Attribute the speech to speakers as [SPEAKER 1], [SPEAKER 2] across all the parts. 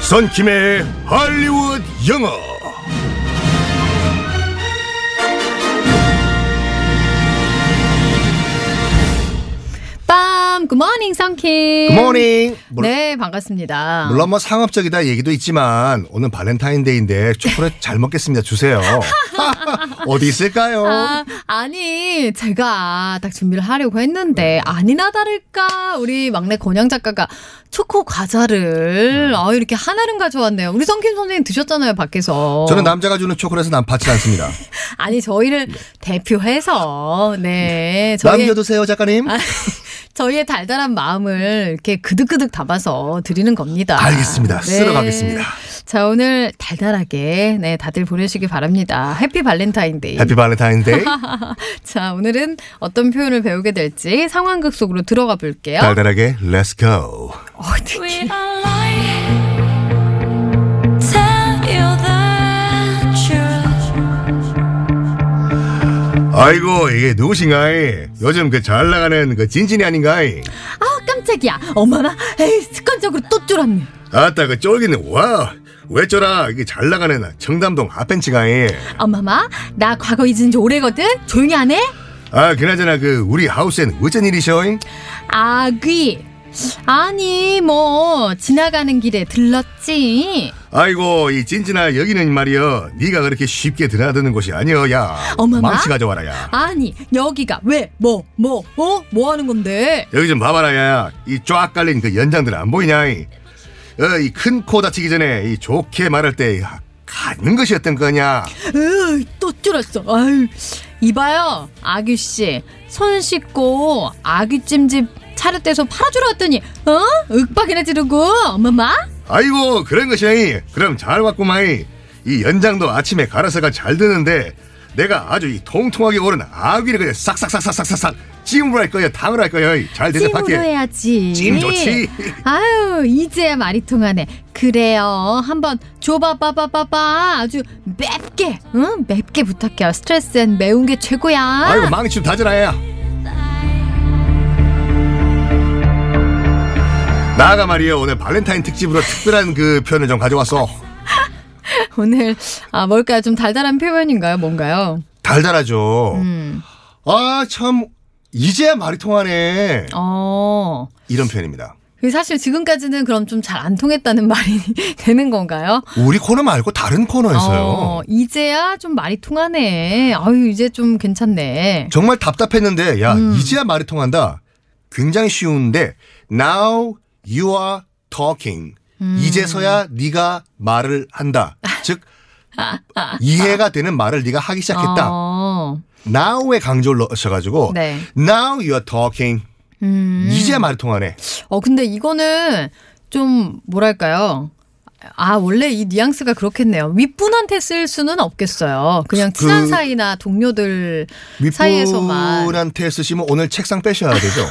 [SPEAKER 1] 선킴의 할리우드 영어.
[SPEAKER 2] 빰! 굿모닝, 성킴!
[SPEAKER 1] 굿모닝. 물-
[SPEAKER 2] 네, 반갑습니다.
[SPEAKER 1] 물론 뭐 상업적이다 얘기도 있지만 오늘 발렌타인데이인데 초콜릿 잘 먹겠습니다. 주세요. 어디 있을까요?
[SPEAKER 2] 아, 아니, 제가 딱 준비를 하려고
[SPEAKER 1] 네.
[SPEAKER 2] 했는데, 아니나 다를까, 우리 막내 권영 작가가 초코 과자를,
[SPEAKER 1] 네.
[SPEAKER 2] 아, 이렇게 하나름 가져왔네요. 우리 성킴 선생님 드셨잖아요, 밖에서.
[SPEAKER 1] 저는 남자가 주는 초콜릿은 안 받지 않습니다.
[SPEAKER 2] 아니, 저희를 대표해서, 네. 저희,
[SPEAKER 1] 남겨두세요, 작가님.
[SPEAKER 2] 아, 저희의 달달한 마음을 이렇게 그득그득 담아서 드리는 겁니다. 네.
[SPEAKER 1] 알겠습니다. 쓸어 가겠습니다.
[SPEAKER 2] 자, 오늘 달달하게, 네, 다들 보내시기 바랍니다. 해피 발렌타인데이.
[SPEAKER 1] 해피 발렌타인데이.
[SPEAKER 2] 어? 자, 오늘은 어떤 표현을 배우게 될지 상황극 속으로 들어가 볼게요.
[SPEAKER 1] 달달하게 Let's go.
[SPEAKER 2] 어, 되게
[SPEAKER 3] We are lying. Tell you the truth.
[SPEAKER 1] 아이고 이게 누구신가이? 요즘 그 잘 나가는 그 진진이 아닌가이?
[SPEAKER 2] 아, 깜짝이야. 어머나. 에이, 습관적으로 또 쫄았네.
[SPEAKER 1] 아따 그 쫄기는 와. 왜 쫄아? 이게 잘 나가는 청담동 아펜치가이.
[SPEAKER 2] 엄마마, 나 과거 잊은 지 오래거든? 조용히 안 해?
[SPEAKER 1] 아 그나저나 그 우리 하우스엔 어쩐 일이셔잉?
[SPEAKER 2] 아귀. 아니, 뭐, 지나가는 길에 들렀지.
[SPEAKER 1] 아이고 이 진진아 여기는 말이여 네가 그렇게 쉽게 드나드는 곳이 아니여 야
[SPEAKER 2] 어머나?
[SPEAKER 1] 망치 가져와라 야
[SPEAKER 2] 아니, 여기가 왜, 뭐, 뭐, 어? 뭐 하는 건데?
[SPEAKER 1] 여기 좀 봐봐라 야이 쫙 깔린 그 연장들 안 보이냐 어이 큰 코 다치기 전에 이 좋게 말할 때 가는 것이었던 거냐
[SPEAKER 2] 으이, 또 줄었어. 아유. 이봐요, 아귀씨. 손 씻고 아귀찜집 차렸대서 팔아주러 왔더니, 어? 윽박이나 지르고, 어머마?
[SPEAKER 1] 아이고 그런 것이야이 그럼 잘 왔구마이 이 연장도 아침에 갈아서가 잘 드는데 내가 아주 이 통통하게 오른 아귀를 그냥 싹싹싹싹싹싹 찜으로 할 거야 탕으로 할 거야 이잘
[SPEAKER 2] 찜으로
[SPEAKER 1] 대접할게
[SPEAKER 2] 해야지.
[SPEAKER 1] 네, 찜 좋지.
[SPEAKER 2] 아유, 이제 말이 통하네. 그래요. 한번 줘봐봐봐봐봐. 아주 맵게, 응? 맵게 부탁해요. 스트레스엔 매운 게 최고야.
[SPEAKER 1] 아이고 망치 좀 다져라야 나가 말이요 오늘 발렌타인 특집으로 특별한 그 표현을 좀 가져왔어
[SPEAKER 2] 오늘, 아, 뭘까요? 좀 달달한 표현인가요? 뭔가요?
[SPEAKER 1] 달달하죠
[SPEAKER 2] 음,
[SPEAKER 1] 아 참 이제야 말이 통하네
[SPEAKER 2] 어.
[SPEAKER 1] 이런 표현입니다
[SPEAKER 2] 그 사실 지금까지는 그럼 좀 잘 안 통했다는 말이 되는 건가요?
[SPEAKER 1] 우리 코너 말고 다른 코너에서요
[SPEAKER 2] 어, 이제야 좀 말이 통하네. 아유, 이제 좀 괜찮네.
[SPEAKER 1] 정말 답답했는데 야
[SPEAKER 2] 음.
[SPEAKER 1] 이제야 말이 통한다. 굉장히 쉬운데 now you are talking.
[SPEAKER 2] 음.
[SPEAKER 1] 이제서야 네가 말을 한다. 즉 이해가 되는 말을 네가 하기 시작했다. 어.
[SPEAKER 2] 어,
[SPEAKER 1] now에 강조를 넣으셔가지고
[SPEAKER 2] 네.
[SPEAKER 1] now you are talking.
[SPEAKER 2] 음.
[SPEAKER 1] 이제 말이 통하네.
[SPEAKER 2] 어, 근데 이거는 좀 뭐랄까요? 아, 원래 이 뉘앙스가 그렇겠네요. 윗분한테 쓸 수는 없겠어요. 그냥 친한
[SPEAKER 1] 그-
[SPEAKER 2] 사이나 동료들 사이에서만.
[SPEAKER 1] 윗분한테 쓰시면 오늘 책상 빼셔야 되죠.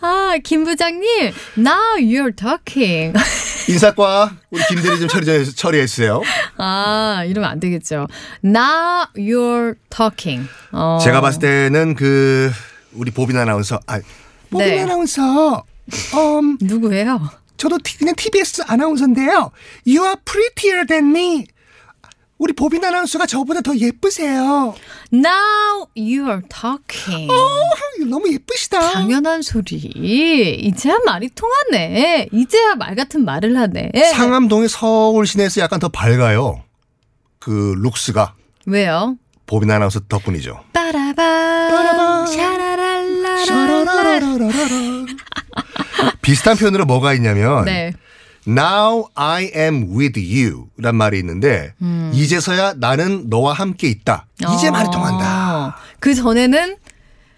[SPEAKER 2] 아, 김 부장님, now you're talking.
[SPEAKER 1] 인사과 우리 김대리 좀 처리 좀 처리해주세요.
[SPEAKER 2] 아, 이러면 안 되겠죠. Now you're talking. 어.
[SPEAKER 1] 제가 봤을 때는 그 우리 보빈 아나운서 아 보빈
[SPEAKER 2] 네.
[SPEAKER 1] 아나운서 음
[SPEAKER 2] 누구예요?
[SPEAKER 1] 저도 티- 그냥 TBS 아나운서인데요. You are prettier than me. 우리 보빈 아나운서가 저보다 더 예쁘세요.
[SPEAKER 2] Now you're talking.
[SPEAKER 1] 어, 너무 예쁘시다.
[SPEAKER 2] 당연한 소리. 이제야 말이 통하네. 이제야 말 같은 말을 하네.
[SPEAKER 1] 상암동의 서울 시내에서 약간 더 밝아요. 그 룩스가
[SPEAKER 2] 왜요?
[SPEAKER 1] 보빈 아나운서 덕분이죠.
[SPEAKER 2] 빠라밤 샤라랄라라
[SPEAKER 1] 비슷한 표현으로 뭐가 있냐면
[SPEAKER 2] 네.
[SPEAKER 1] Now I am with you란 말이 있는데 이제서야 나는 너와 함께 있다. 이제
[SPEAKER 2] 음. 어.
[SPEAKER 1] 말이 통한다.
[SPEAKER 2] 그 전에는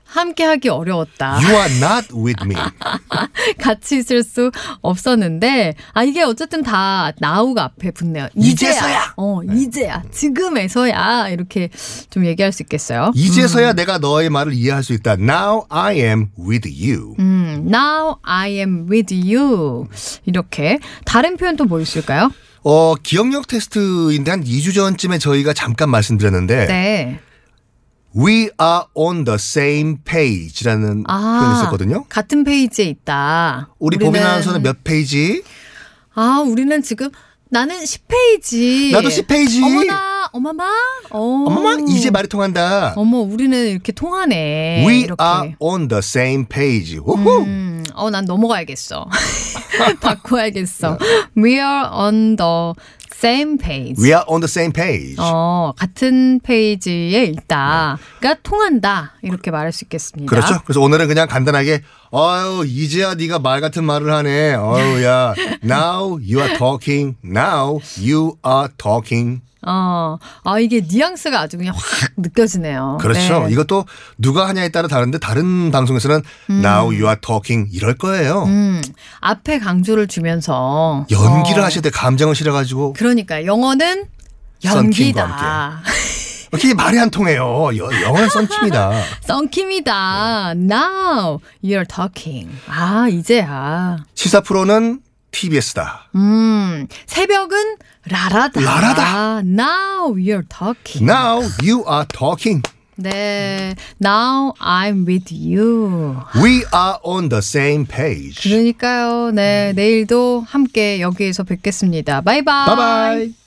[SPEAKER 2] 함께 하기 어려웠다.
[SPEAKER 1] You are not with me.
[SPEAKER 2] 음. 같이 있을 수 없었는데 아 이게 어쨌든 다 나우가 앞에 붙네요.
[SPEAKER 1] 이제서야. 네.
[SPEAKER 2] 어, 이제야. 지금에서야 이렇게 좀 얘기할 수 있겠어요.
[SPEAKER 1] 이제서야 내가 너의 말을 이해할 수 있다. Now I am with you.
[SPEAKER 2] 음, now I am with you. 이렇게 다른 표현 또 뭐 있을까요?
[SPEAKER 1] 어, 기억력 테스트인데 한 2주 전쯤에 저희가 잠깐 말씀드렸는데
[SPEAKER 2] 네.
[SPEAKER 1] We are on the same
[SPEAKER 2] 아.
[SPEAKER 1] page라는 표현이 있었거든요.
[SPEAKER 2] 같은 페이지에 있다.
[SPEAKER 1] 우리
[SPEAKER 2] 우리는
[SPEAKER 1] 보빈 아나운서는 몇 페이지?
[SPEAKER 2] 아, 우리는 지금 나는 10페이지.
[SPEAKER 1] 나도 10페이지.
[SPEAKER 2] 어머나, 어마마. 어.
[SPEAKER 1] 엄마 이제 말이 통한다.
[SPEAKER 2] 어머, 우리는 이렇게 통하네.
[SPEAKER 1] We
[SPEAKER 2] 이렇게.
[SPEAKER 1] are on the same page. 호호.
[SPEAKER 2] 음, 어, 난 넘어가야겠어. 바꿔야겠어. We are on the same page.
[SPEAKER 1] We are on the same page.
[SPEAKER 2] 어, 같은 페이지에 있다. 그러니까 통한다. 이렇게 말할 수 있겠습니다.
[SPEAKER 1] 그렇죠. 그래서 오늘은 그냥 간단하게 아유 이제야 네가 말 같은 말을 하네. 아유야. Now you are talking. Now you are talking.
[SPEAKER 2] 어, 아, 이게 뉘앙스가 아주 그냥 확 느껴지네요.
[SPEAKER 1] 그렇죠.
[SPEAKER 2] 네.
[SPEAKER 1] 이것도 누가 하냐에 따라 다른데 다른 방송에서는 Now you are talking 이럴 거예요.
[SPEAKER 2] 음, 앞에 강조를 주면서.
[SPEAKER 1] 연기를
[SPEAKER 2] 어,
[SPEAKER 1] 하실 때 감정을 실어가지고
[SPEAKER 2] 그러니까 영어는
[SPEAKER 1] 썬킴과
[SPEAKER 2] 연기다.
[SPEAKER 1] 그게 말이 안 통해요. 여- 영어는 썬킴이다.
[SPEAKER 2] 썬킴이다. Now you're talking. 아, 이제야.
[SPEAKER 1] 시사 프로는 TBS다.
[SPEAKER 2] 음, 새벽은 라라다.
[SPEAKER 1] 라라다.
[SPEAKER 2] Now you're talking.
[SPEAKER 1] Now you are talking.
[SPEAKER 2] 네. Now I'm with you.
[SPEAKER 1] We are on the same page.
[SPEAKER 2] 음. 그러니까요. 네. 내일도 함께 여기에서 뵙겠습니다. 바이바이.
[SPEAKER 1] 바이바이.